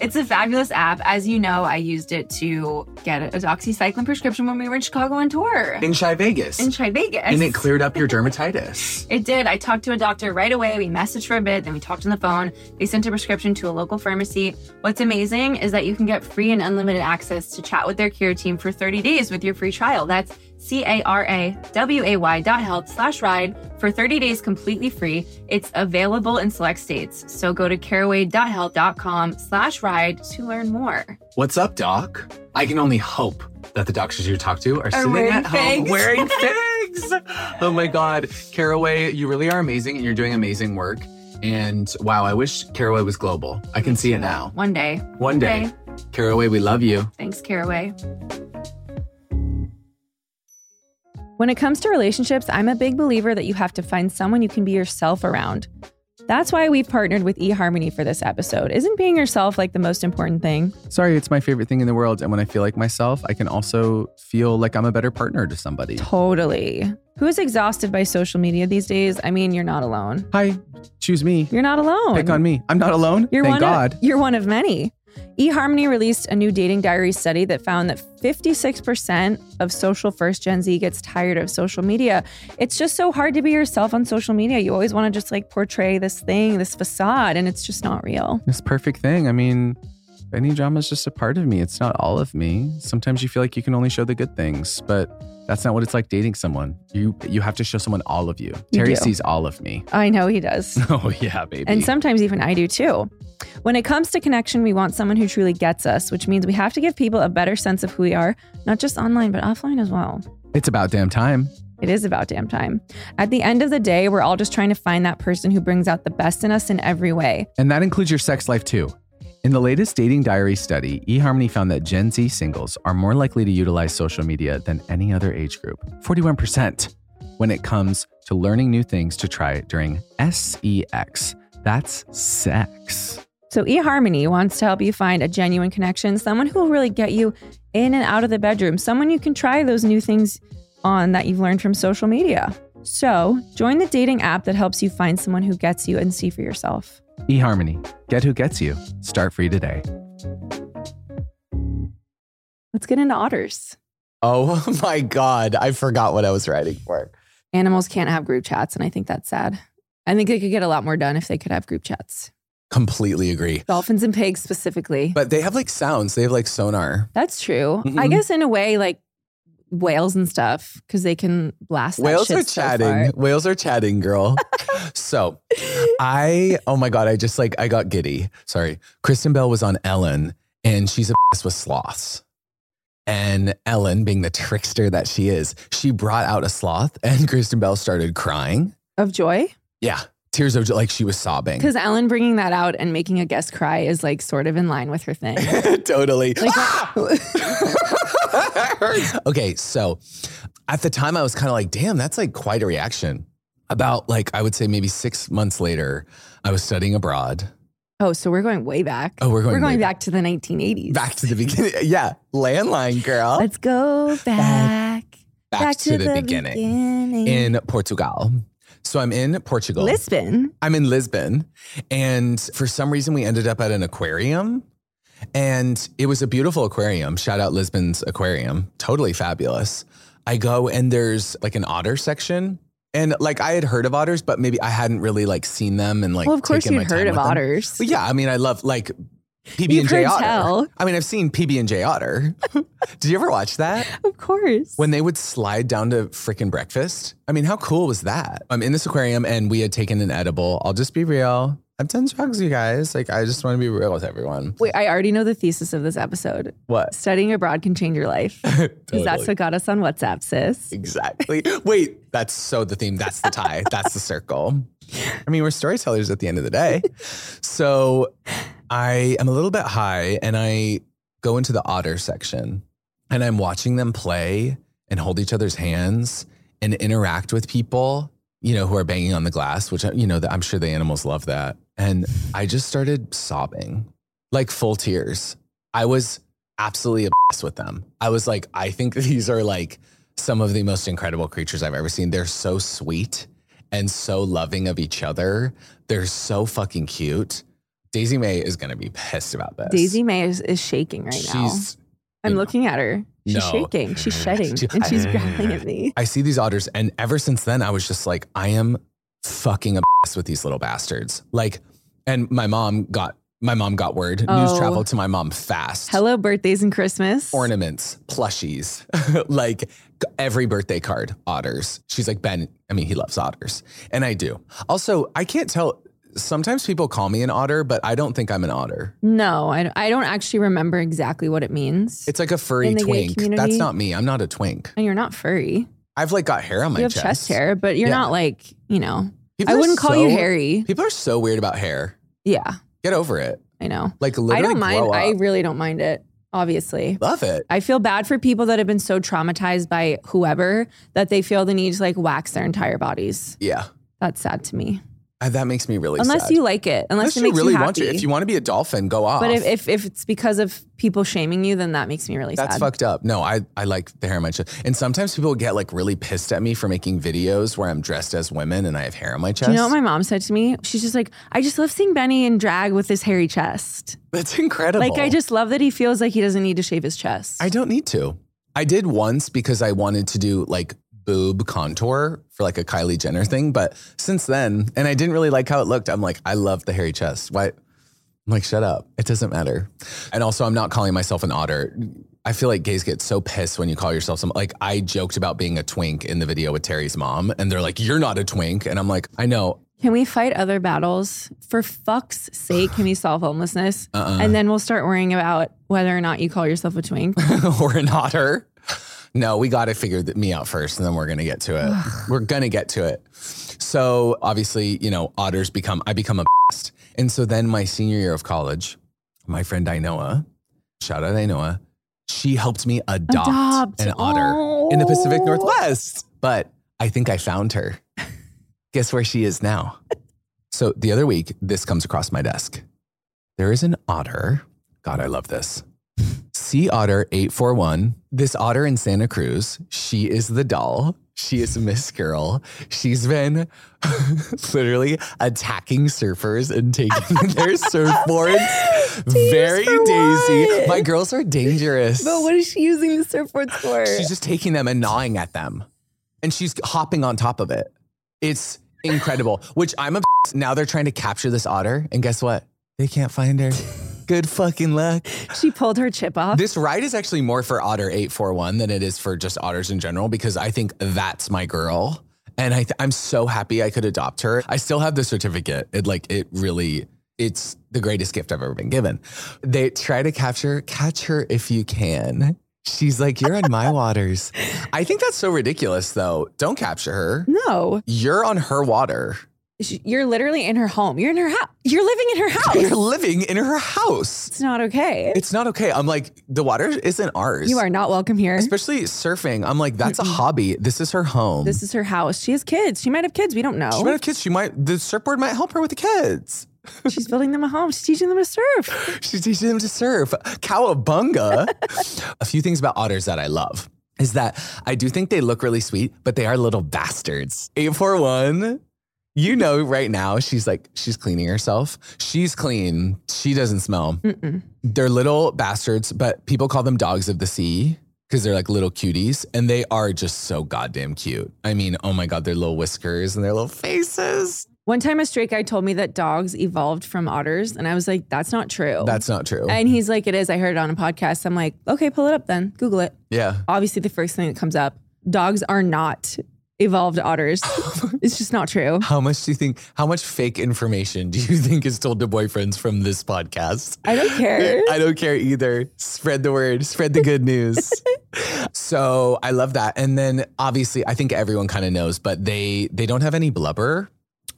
Speaker 4: It's a fabulous app. As you know, I used it to get a doxycycline prescription when we were in Chicago on tour
Speaker 7: In Shy Vegas.
Speaker 4: in Chi Vegas.
Speaker 7: and it cleared up your dermatitis.
Speaker 4: It did. I talked to a doctor right away. We messaged for a bit, then we talked on the phone. They sent a prescription to a local pharmacy. What's amazing is that you can get free and unlimited access to chat with their care team for 30 days with your free trial. That's C A R A W A Y dot health slash ride for 30 days completely free. It's available in select states. So go to caraway.health.com slash ride to learn more.
Speaker 7: What's up, doc? I can only hope that the doctors you talk to are, sitting
Speaker 4: wearing
Speaker 7: at home
Speaker 4: figs.
Speaker 7: wearing figs. Oh my God. Caraway, you really are amazing and you're doing amazing work. And wow, I wish Caraway was global. I can see it now.
Speaker 4: One day.
Speaker 7: One day. Caraway, we love you.
Speaker 4: Thanks, Caraway.
Speaker 5: When it comes to relationships, I'm a big believer that you have to find someone you can be yourself around. That's why we've partnered with eHarmony for this episode. Isn't being yourself like the most important thing?
Speaker 7: Sorry, it's my favorite thing in the world. And when I feel like myself, I can also feel like I'm a better partner to somebody.
Speaker 5: Totally. Who's exhausted by social media these days? I mean, you're not alone.
Speaker 7: Hi, choose me.
Speaker 5: You're not
Speaker 3: Oh,
Speaker 5: alone.
Speaker 7: me. I'm not alone.
Speaker 5: You're one Of, you're one of many. eHarmony released a new dating diary study that found that 56% of social first Gen Z gets tired of social media. It's just so hard to be yourself on social media. You always want to just like portray this thing, this facade, and it's just not real.
Speaker 7: this perfect thing. I mean, any drama is just a part of me. It's not all of me. Sometimes you feel like you can only show the good things, but that's not what it's like dating someone. You you have to show someone all of you.
Speaker 5: You
Speaker 7: Terry
Speaker 5: do.
Speaker 7: sees all of me.
Speaker 5: I know he does.
Speaker 7: Oh yeah, baby.
Speaker 5: And sometimes even I do too. When it comes to connection, we want someone who truly gets us, which means we have to give people a better sense of who we are, not just online, but offline as well.
Speaker 7: it's about damn time.
Speaker 5: It is about damn time. At the end of the day, we're all just trying to find that person who brings out the best in us in every way.
Speaker 7: And that includes your sex life too. In the latest dating diary study, eHarmony found that Gen Z singles are more likely to utilize social media than any other age group, 41%, when it comes to learning new things to try during SEX. That's sex.
Speaker 5: So, eHarmony wants to help you find a genuine connection, someone who will really get you in and out of the bedroom, someone you can try those new things on that you've learned from social media. So, join the dating app that helps you find someone who gets you and see for yourself.
Speaker 7: eHarmony. Get who gets you. Start free today.
Speaker 5: Let's get into otters.
Speaker 3: Oh my God. I forgot what I was writing for.
Speaker 5: Animals can't have group chats, and I think that's sad. I think they could get a lot more done if they could have group chats.
Speaker 3: Completely agree.
Speaker 5: Dolphins and pigs specifically.
Speaker 3: But they have like sounds, they have like sonar.
Speaker 5: That's true. I
Speaker 3: Mhm.
Speaker 5: guess in a way, like whales and stuff, because they can blast. that
Speaker 3: Whales
Speaker 5: shit
Speaker 3: are
Speaker 5: so
Speaker 3: chatting.
Speaker 5: far.
Speaker 3: Whales are chatting, girl. so I, oh my God, I just like, I got giddy. Sorry. Kristen Bell was on Ellen and she's obsessed with sloths. And Ellen, being the trickster that she is, she brought out a sloth and Kristen Bell started crying.
Speaker 5: Of joy,
Speaker 3: Yeah. Tears of joy, like she was sobbing.
Speaker 5: because Ellen bringing that out and making a guest cry is like sort of in line with her thing.
Speaker 3: totally. Ah!
Speaker 5: Like,
Speaker 3: okay, so at the time I was kind of like, damn, that's like quite a reaction. About like I would say maybe six months later, I was studying abroad.
Speaker 5: oh, so we're going way back.
Speaker 3: Oh, we're going
Speaker 5: we're going
Speaker 3: way
Speaker 5: back to the 1980s.
Speaker 3: back to the beginning. Yeah, landline girl.
Speaker 5: Let's go back.
Speaker 3: back, to, the, beginning.
Speaker 5: beginning.
Speaker 3: in Portugal. So I'm in Portugal.
Speaker 5: Lisbon.
Speaker 3: I'm in Lisbon. And for some reason, we ended up at an aquarium. And it was a beautiful aquarium. Shout out Lisbon's aquarium. Totally fabulous. I go and there's like an otter section. And like I had heard of otters, but maybe I hadn't really like seen them and like.
Speaker 5: well, of course
Speaker 3: taken
Speaker 5: you'd
Speaker 3: my time
Speaker 5: heard of
Speaker 3: with them.
Speaker 5: otters.
Speaker 3: Well, yeah, I mean, I love like PB
Speaker 5: You
Speaker 3: and J
Speaker 5: could
Speaker 3: Otter.
Speaker 5: tell.
Speaker 3: I mean, I've seen PB and J Otter. Did you ever watch that?
Speaker 5: Of course.
Speaker 3: When they would slide down to freaking breakfast. I mean, how cool was that? I'm in this aquarium and we had taken an edible. I'll just be real. I've done drugs, you guys. Like, I just want to be real with everyone.
Speaker 5: Wait, I already know the thesis of this episode.
Speaker 3: What?
Speaker 5: Studying abroad can change your life. Because that's
Speaker 3: Totally.
Speaker 5: what got us on WhatsApp, sis.
Speaker 3: Exactly. Wait, that's so the theme. That's the tie. that's the circle. I mean, we're storytellers at the end of the day. So I am a little bit high and I go into the otter section and I'm watching them play and hold each other's hands and interact with people, you know, who are banging on the glass, which, you know, I'm sure the animals love that. And I just started sobbing like full tears. I was absolutely obsessed with them. I was like, I think these are like some of the most incredible creatures I've ever seen. They're so sweet and so loving of each other. They're so fucking cute. Daisy May is going to be pissed about this.
Speaker 5: Daisy May is, is shaking right now.
Speaker 3: She's-
Speaker 5: I'm
Speaker 3: you know.
Speaker 5: looking at her. She's
Speaker 3: No.
Speaker 5: shaking. She's shedding.
Speaker 3: She-
Speaker 5: and she's growling at me.
Speaker 3: I see these otters, and ever since then, I was just like, I am fucking obsessed with these little bastards. Like, and my mom got my mom got word. News
Speaker 5: Oh.
Speaker 3: traveled to my mom fast.
Speaker 5: Hello, birthdays and Christmas.
Speaker 3: Ornaments, plushies, like every birthday card, otters. She's like, Ben, I mean, he loves otters. And I do. Also, I can't tell. Sometimes people call me an otter, but I don't think I'm an otter.
Speaker 5: No, I, I don't actually remember exactly what it means.
Speaker 3: It's like a furry
Speaker 5: In the
Speaker 3: twink.
Speaker 5: gay
Speaker 3: That's
Speaker 5: community?
Speaker 3: not me. I'm not a twink.
Speaker 5: and you're not furry.
Speaker 3: I've like got hair on my
Speaker 5: You have
Speaker 3: chest.
Speaker 5: chest, hair, but you're
Speaker 3: Yeah.
Speaker 5: not like, you know,
Speaker 3: People
Speaker 5: I
Speaker 3: are
Speaker 5: wouldn't call you
Speaker 3: so-
Speaker 5: hairy.
Speaker 3: People are so weird about hair.
Speaker 5: Yeah,
Speaker 3: Get over it.
Speaker 5: I know.
Speaker 3: Like literally,
Speaker 5: I don't mind.
Speaker 3: Grow up.
Speaker 5: I really don't mind it, obviously.
Speaker 3: love it.
Speaker 5: I feel bad for people that have been so traumatized by whoever that they feel the need to like wax their entire bodies.
Speaker 3: Yeah,
Speaker 5: That's sad to me.
Speaker 3: Uh, that makes me really.
Speaker 5: unless
Speaker 3: sad.
Speaker 5: you like it, unless, it
Speaker 3: you
Speaker 5: makes
Speaker 3: really
Speaker 5: you happy.
Speaker 3: want to. If you want to be a dolphin, go off.
Speaker 5: but if, if if it's because of people shaming you, then that makes me really
Speaker 3: that's
Speaker 5: sad.
Speaker 3: fucked up. No, I I like the hair on my chest. And sometimes people get like really pissed at me for making videos where I'm dressed as women and I have hair on my chest.
Speaker 5: Do you know what my mom said to me? She's just like, I just love seeing Benny in drag with his hairy chest.
Speaker 3: that's incredible.
Speaker 5: Like I just love that he feels like he doesn't need to shave his chest.
Speaker 3: I don't need to. I did once because I wanted to do like boob contour for like a Kylie Jenner thing, but since then, and I didn't really like how it looked. I'm like, I love the hairy chest. Why? I'm like, shut up. It doesn't matter. And also, I'm not calling myself an otter. I feel like gays get so pissed when you call yourself some. Like, I joked about being a twink in the video with Terry's mom, and they're like, "You're not a twink," and I'm like, "I know."
Speaker 5: Can we fight other battles? For fuck's sake, can we solve homelessness?
Speaker 3: Uh-uh.
Speaker 5: And then we'll start worrying about whether or not you call yourself a twink.
Speaker 3: or an otter. No, we got to figure th- me out first, and then we're gonna get to it. we're gonna get to it. So obviously, you know, otters become. I become obsessed, and so then my senior year of college, my friend Ainoa, shout out Ainoa, she helped me adopt,
Speaker 5: Adopt.
Speaker 3: an otter in the Pacific
Speaker 5: Oh.
Speaker 3: Northwest. But I think I found her. Guess where she is now? So the other week, this comes across my desk. There is an otter. God, I love this. Sea Otter 841. This otter in Santa Cruz. She is the doll. She is Miss Girl. She's been literally attacking surfers and taking their surfboards.
Speaker 5: Days
Speaker 3: Very
Speaker 5: for
Speaker 3: daisy.
Speaker 5: what?
Speaker 3: My girls are dangerous.
Speaker 5: but what is she using the surfboard for?
Speaker 3: She's just taking them and gnawing at them. And she's hopping on top of it. It's incredible, which I'm obsessed. Now they're trying to capture this otter. And guess what? They can't find her. Good fucking luck.
Speaker 5: she pulled her chip off.
Speaker 3: This ride is actually more for Otter 841 than it is for just otters in general because I think that's my girl. And I th- I'm so happy I could adopt her. I still have the certificate. It like it really it's the greatest gift I've ever been given. They try to capture catch her if you can. She's like you're in my waters. I think that's so ridiculous though. Don't capture her.
Speaker 5: no,
Speaker 3: You're on her water.
Speaker 5: She- you're literally in her home. You're in her house. You're living in her
Speaker 3: You're
Speaker 5: house.
Speaker 3: living in her house.
Speaker 5: It's not okay.
Speaker 3: It's not okay. I'm like the water isn't ours.
Speaker 5: You are not welcome here.
Speaker 3: especially surfing. I'm like, that's a hobby. This is her home.
Speaker 5: This is her house. She has kids. She might have kids. We don't know.
Speaker 3: she might have kids. She might the surfboard might help her with the kids.
Speaker 5: She's building them a home. She's teaching them to surf.
Speaker 3: She's teaching them to surf. Cowabunga. a few things about otters that I love is that I do think they look really sweet, but they are little bastards. 841. You know, right now she's like, she's cleaning herself. She's clean. She doesn't smell.
Speaker 5: Mm-mm.
Speaker 3: They're little bastards, but people call them dogs of the sea. because they're like little cuties and they are just so goddamn cute. I mean, oh my God, their little whiskers and their little faces.
Speaker 5: One time, a straight guy told me that dogs evolved from otters, and I was like, "That's not true."
Speaker 3: That's not true.
Speaker 5: and he's like, "It is." I heard it on a podcast. I'm like, "Okay, pull it up then. Google it."
Speaker 3: yeah.
Speaker 5: Obviously, the first thing that comes up: dogs are not evolved otters. it's just not true.
Speaker 3: How much do you think, how much fake information do you think is told to boyfriends from this podcast?
Speaker 5: I don't care.
Speaker 3: I don't care either. Spread the word, spread the good news. so I love that. And then obviously, I think everyone kind of knows, but they they don't have any blubber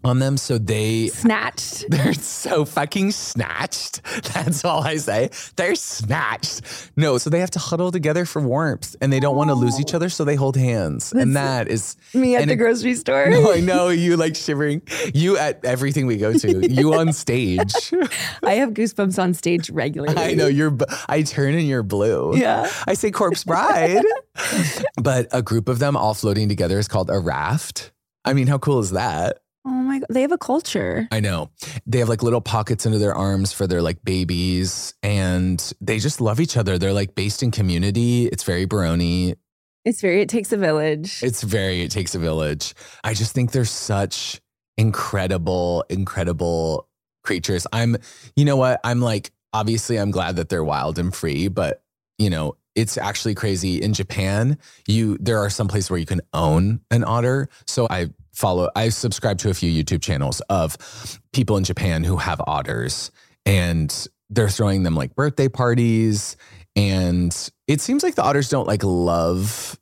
Speaker 3: on them, so they
Speaker 5: Snatched.
Speaker 3: they're so fucking snatched. That's all I say. They're snatched. No, so they have to huddle together for warmth, and they don't want to lose each other, so they hold hands, and that is
Speaker 5: Me at
Speaker 3: and
Speaker 5: the
Speaker 3: it-
Speaker 5: grocery store.
Speaker 3: No, I know you like shivering. You at everything we go to. You on stage.
Speaker 5: I have goosebumps on stage regularly.
Speaker 3: I know you're. b- I turn and you're blue.
Speaker 5: Yeah.
Speaker 3: I say corpse bride. but a group of them all floating together is called a raft. I mean, how cool is that?
Speaker 5: Oh my god, they have a culture.
Speaker 3: I know. They have like little pockets under their arms for their like babies and they just love each other. They're like based in community. It's very Baroni.
Speaker 5: It's very. It takes a village.
Speaker 3: It's very, it takes a village. I just think they're such incredible, incredible creatures. I'm, you know what? I'm like, obviously, I'm glad that they're wild and free, but you know, it's actually crazy. In Japan, you there are some places where you can own an otter. So I follow, I subscribe to a few YouTube channels of people in Japan who have otters and they're throwing them like birthday parties. And it seems like the otters don't like love,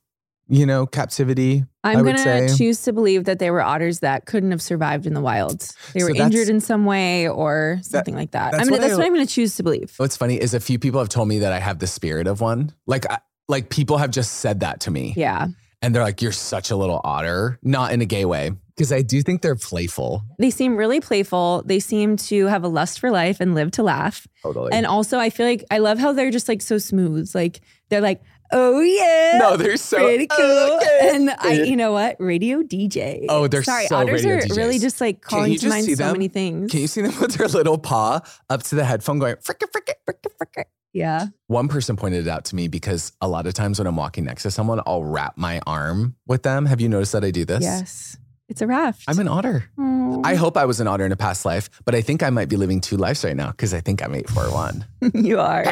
Speaker 3: you know, captivity.
Speaker 5: I'm
Speaker 3: I would
Speaker 5: gonna
Speaker 3: say-
Speaker 5: choose to believe that they were otters that couldn't have survived in the wild. They
Speaker 3: So
Speaker 5: were
Speaker 3: that's-
Speaker 5: injured in some way or something like that.
Speaker 3: that's
Speaker 5: I'm gonna,
Speaker 3: what
Speaker 5: that's
Speaker 3: I-
Speaker 5: what I'm gonna choose to believe.
Speaker 3: What's funny is a few people have told me that I have the spirit of one. Like, I, like people have just said that to me.
Speaker 5: Yeah,
Speaker 3: And they're like, you're such a little otter, not in a gay way. Because I do think they're playful.
Speaker 5: they seem really playful. They seem to have a lust for life and live to laugh.
Speaker 3: Totally.
Speaker 5: And also, I feel like I love how they're just like so smooth. Like they're like, oh yeah,
Speaker 3: no, they're so
Speaker 5: pretty cool.
Speaker 3: Okay.
Speaker 5: And I, you know what, radio DJ.
Speaker 3: Oh, they're
Speaker 5: sorry.
Speaker 3: so
Speaker 5: otters
Speaker 3: radio
Speaker 5: are
Speaker 3: DJs.
Speaker 5: really just like calling
Speaker 3: you
Speaker 5: to
Speaker 3: just
Speaker 5: mind
Speaker 3: see
Speaker 5: so
Speaker 3: them?
Speaker 5: many things.
Speaker 3: Can you see them with their little paw up to the headphone going, frick it, frick it, frick it, frick it?
Speaker 5: yeah,
Speaker 3: One person pointed it out to me because a lot of times when I'm walking next to someone, I'll wrap my arm with them. Have you noticed that I do this?
Speaker 5: yes, it's a raft.
Speaker 3: I'm an otter.
Speaker 5: Oh.
Speaker 3: I hope I was an otter in a past life, but I think I might be living two lives right now because I think I'm eight for one.
Speaker 5: you are.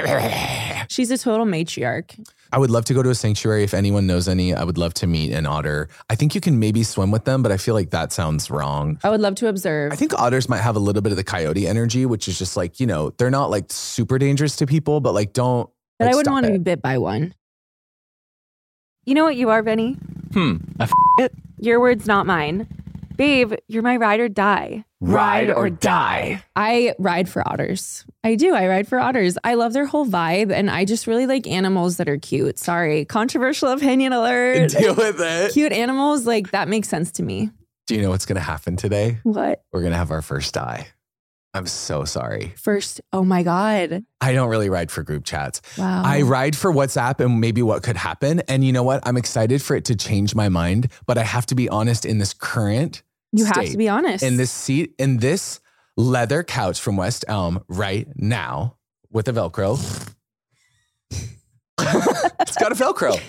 Speaker 5: She's a total matriarch.
Speaker 3: I would love to go to a sanctuary. If anyone knows any, I would love to meet an otter. I think you can maybe swim with them, but I feel like that sounds wrong.
Speaker 5: I would love to observe.
Speaker 3: I think otters might have a little bit of the coyote energy, which is just like, you know, they're not like super dangerous to people, but like don't.
Speaker 5: but
Speaker 3: like,
Speaker 5: I wouldn't
Speaker 3: stop
Speaker 5: want to
Speaker 3: it.
Speaker 5: be bit by one. You know what you are, Benny?
Speaker 7: Hmm. A f-
Speaker 5: Your words, not mine. Babe, you're my ride or die.
Speaker 7: ride or die.
Speaker 5: I ride for otters. I do. I ride for otters. I love their whole vibe, and I just really like animals that are cute. Sorry, controversial opinion alert.
Speaker 3: Deal with it.
Speaker 5: cute animals, like that makes sense to me.
Speaker 3: Do you know what's going to happen today?
Speaker 5: What?
Speaker 3: We're going to have our first die. I'm so sorry.
Speaker 5: First, oh my God.
Speaker 3: I don't really ride for group chats.
Speaker 5: Wow.
Speaker 3: I ride for WhatsApp and maybe what could happen. And you know what? I'm excited for it to change my mind, but I have to be honest in this current
Speaker 5: you have to
Speaker 3: state,
Speaker 5: be honest.
Speaker 3: in this seat, in this leather couch from West Elm right now with a Velcro. it's got a Velcro.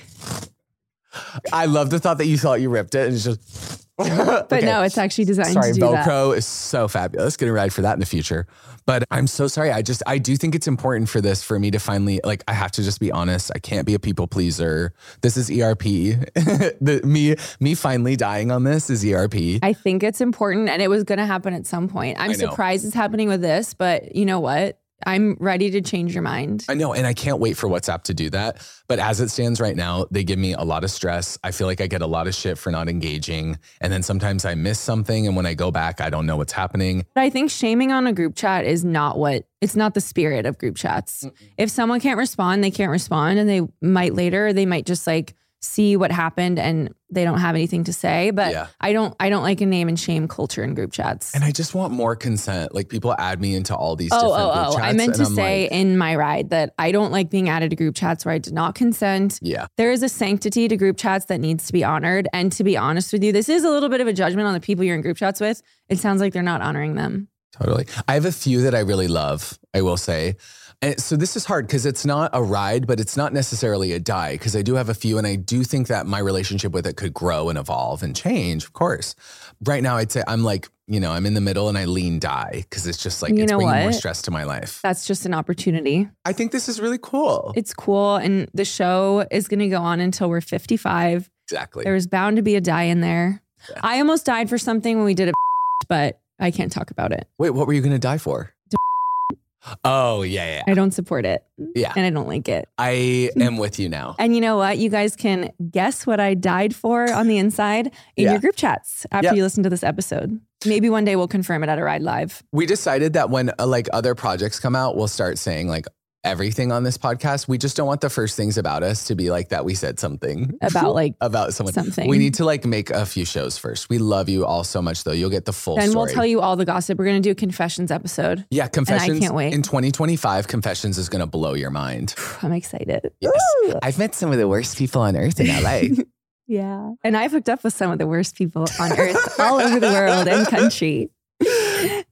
Speaker 3: I love the thought that you thought you ripped it and it's just. but
Speaker 5: but no, it's actually designed
Speaker 3: Sorry,
Speaker 5: to do that.
Speaker 3: Velcro is so fabulous. Gonna ride for that in the future. But I'm so sorry. I just I do think it's important for this for me to finally like I have to just be honest. I can't be a people pleaser. This is ERP. the, me me finally dying on this is E ERP.
Speaker 5: I think it's important and it was going to happen at some point. I'm
Speaker 3: I know.
Speaker 5: surprised it's happening with this, but you know what? I'm ready to change your mind.
Speaker 3: I know, and I can't wait for WhatsApp to do that. But as it stands right now, they give me a lot of stress. I feel like I get a lot of shit for not engaging. And then sometimes I miss something. And when I go back, I don't know what's happening.
Speaker 5: But I think shaming on a group chat is not what it's not the spirit of group chats. If someone can't respond, they can't respond and they might later, they might just like see what happened and they don't have anything to say, but
Speaker 3: Yeah.
Speaker 5: I don't I don't like a name and shame culture in group chats.
Speaker 3: And I just want more consent. Like people add me into all these
Speaker 5: Oh,
Speaker 3: different
Speaker 5: oh,
Speaker 3: group
Speaker 5: oh.
Speaker 3: chats.
Speaker 5: I meant
Speaker 3: and
Speaker 5: to
Speaker 3: I'm
Speaker 5: say
Speaker 3: like,
Speaker 5: in my ride that I don't like being added to group chats where I did not consent.
Speaker 3: yeah.
Speaker 5: There is a sanctity to group chats that needs to be honored. And to be honest with you, this is a little bit of a judgment on the people you're in group chats with. It sounds like they're not honoring them.
Speaker 3: Totally. I have a few that I really love, I will say. And so this is hard because it's not a ride, but it's not necessarily a die because I do have a few and I do think that my relationship with it could grow and evolve and change, of course. Right now, I'd say I'm like, you know, I'm in the middle and I lean die because it's just like,
Speaker 5: You
Speaker 3: it's
Speaker 5: know
Speaker 3: bringing more
Speaker 5: what?
Speaker 3: stress to my life.
Speaker 5: That's just an opportunity.
Speaker 3: I think this is really cool.
Speaker 5: It's cool. And the show is going to go on until we're 55.
Speaker 3: exactly.
Speaker 5: There was bound to be a die in there.
Speaker 3: Yeah.
Speaker 5: I almost died for something when we did it, but I can't talk about it.
Speaker 3: Wait, what were you going to die for? Oh, yeah, yeah.
Speaker 5: I don't support it
Speaker 3: Yeah.
Speaker 5: and I don't like it.
Speaker 3: I am with you now.
Speaker 5: And you know what? You guys can guess what I died for on the inside in
Speaker 3: Yeah.
Speaker 5: your group chats after
Speaker 3: Yeah.
Speaker 5: you listen to this episode. Maybe one day we'll confirm it at a ride live.
Speaker 3: We decided that when uh, like other projects come out, we'll start saying like everything on this podcast. We just don't want the first things about us to be like that we said something
Speaker 5: About, like,
Speaker 3: about someone.
Speaker 5: something.
Speaker 3: We need to like make a few shows first. We love you all so much though. You'll get the full
Speaker 5: Then
Speaker 3: story.
Speaker 5: we'll tell you all the gossip. We're going to do a confessions episode.
Speaker 3: yeah, confessions
Speaker 5: can't wait.
Speaker 3: in 2025 confessions is going to blow your mind.
Speaker 5: I'm excited.
Speaker 3: Yes.
Speaker 5: Woo!
Speaker 3: I've met some of the worst people on earth in LA.
Speaker 5: Yeah. And I've hooked up with some of the worst people on earth all over the world and country.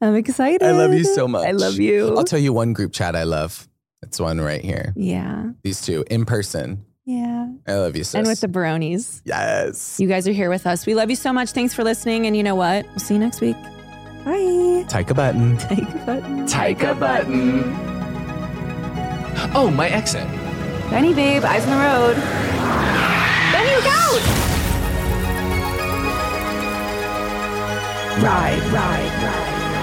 Speaker 5: I'm excited.
Speaker 3: I love you so much.
Speaker 5: I love you.
Speaker 3: I'll tell you one group chat I love. It's one right here.
Speaker 5: yeah.
Speaker 3: These two in person.
Speaker 5: Yeah.
Speaker 3: I love you, sis.
Speaker 5: And with the bronies.
Speaker 3: yes.
Speaker 5: You guys are here with us. We love you so much. Thanks for listening. And you know what? We'll see you next week. Bye.
Speaker 3: Take a button.
Speaker 5: Take a button.
Speaker 7: button. Oh, my exit.
Speaker 5: Benny, babe, eyes on the road. Benny, look out! Ride, ride,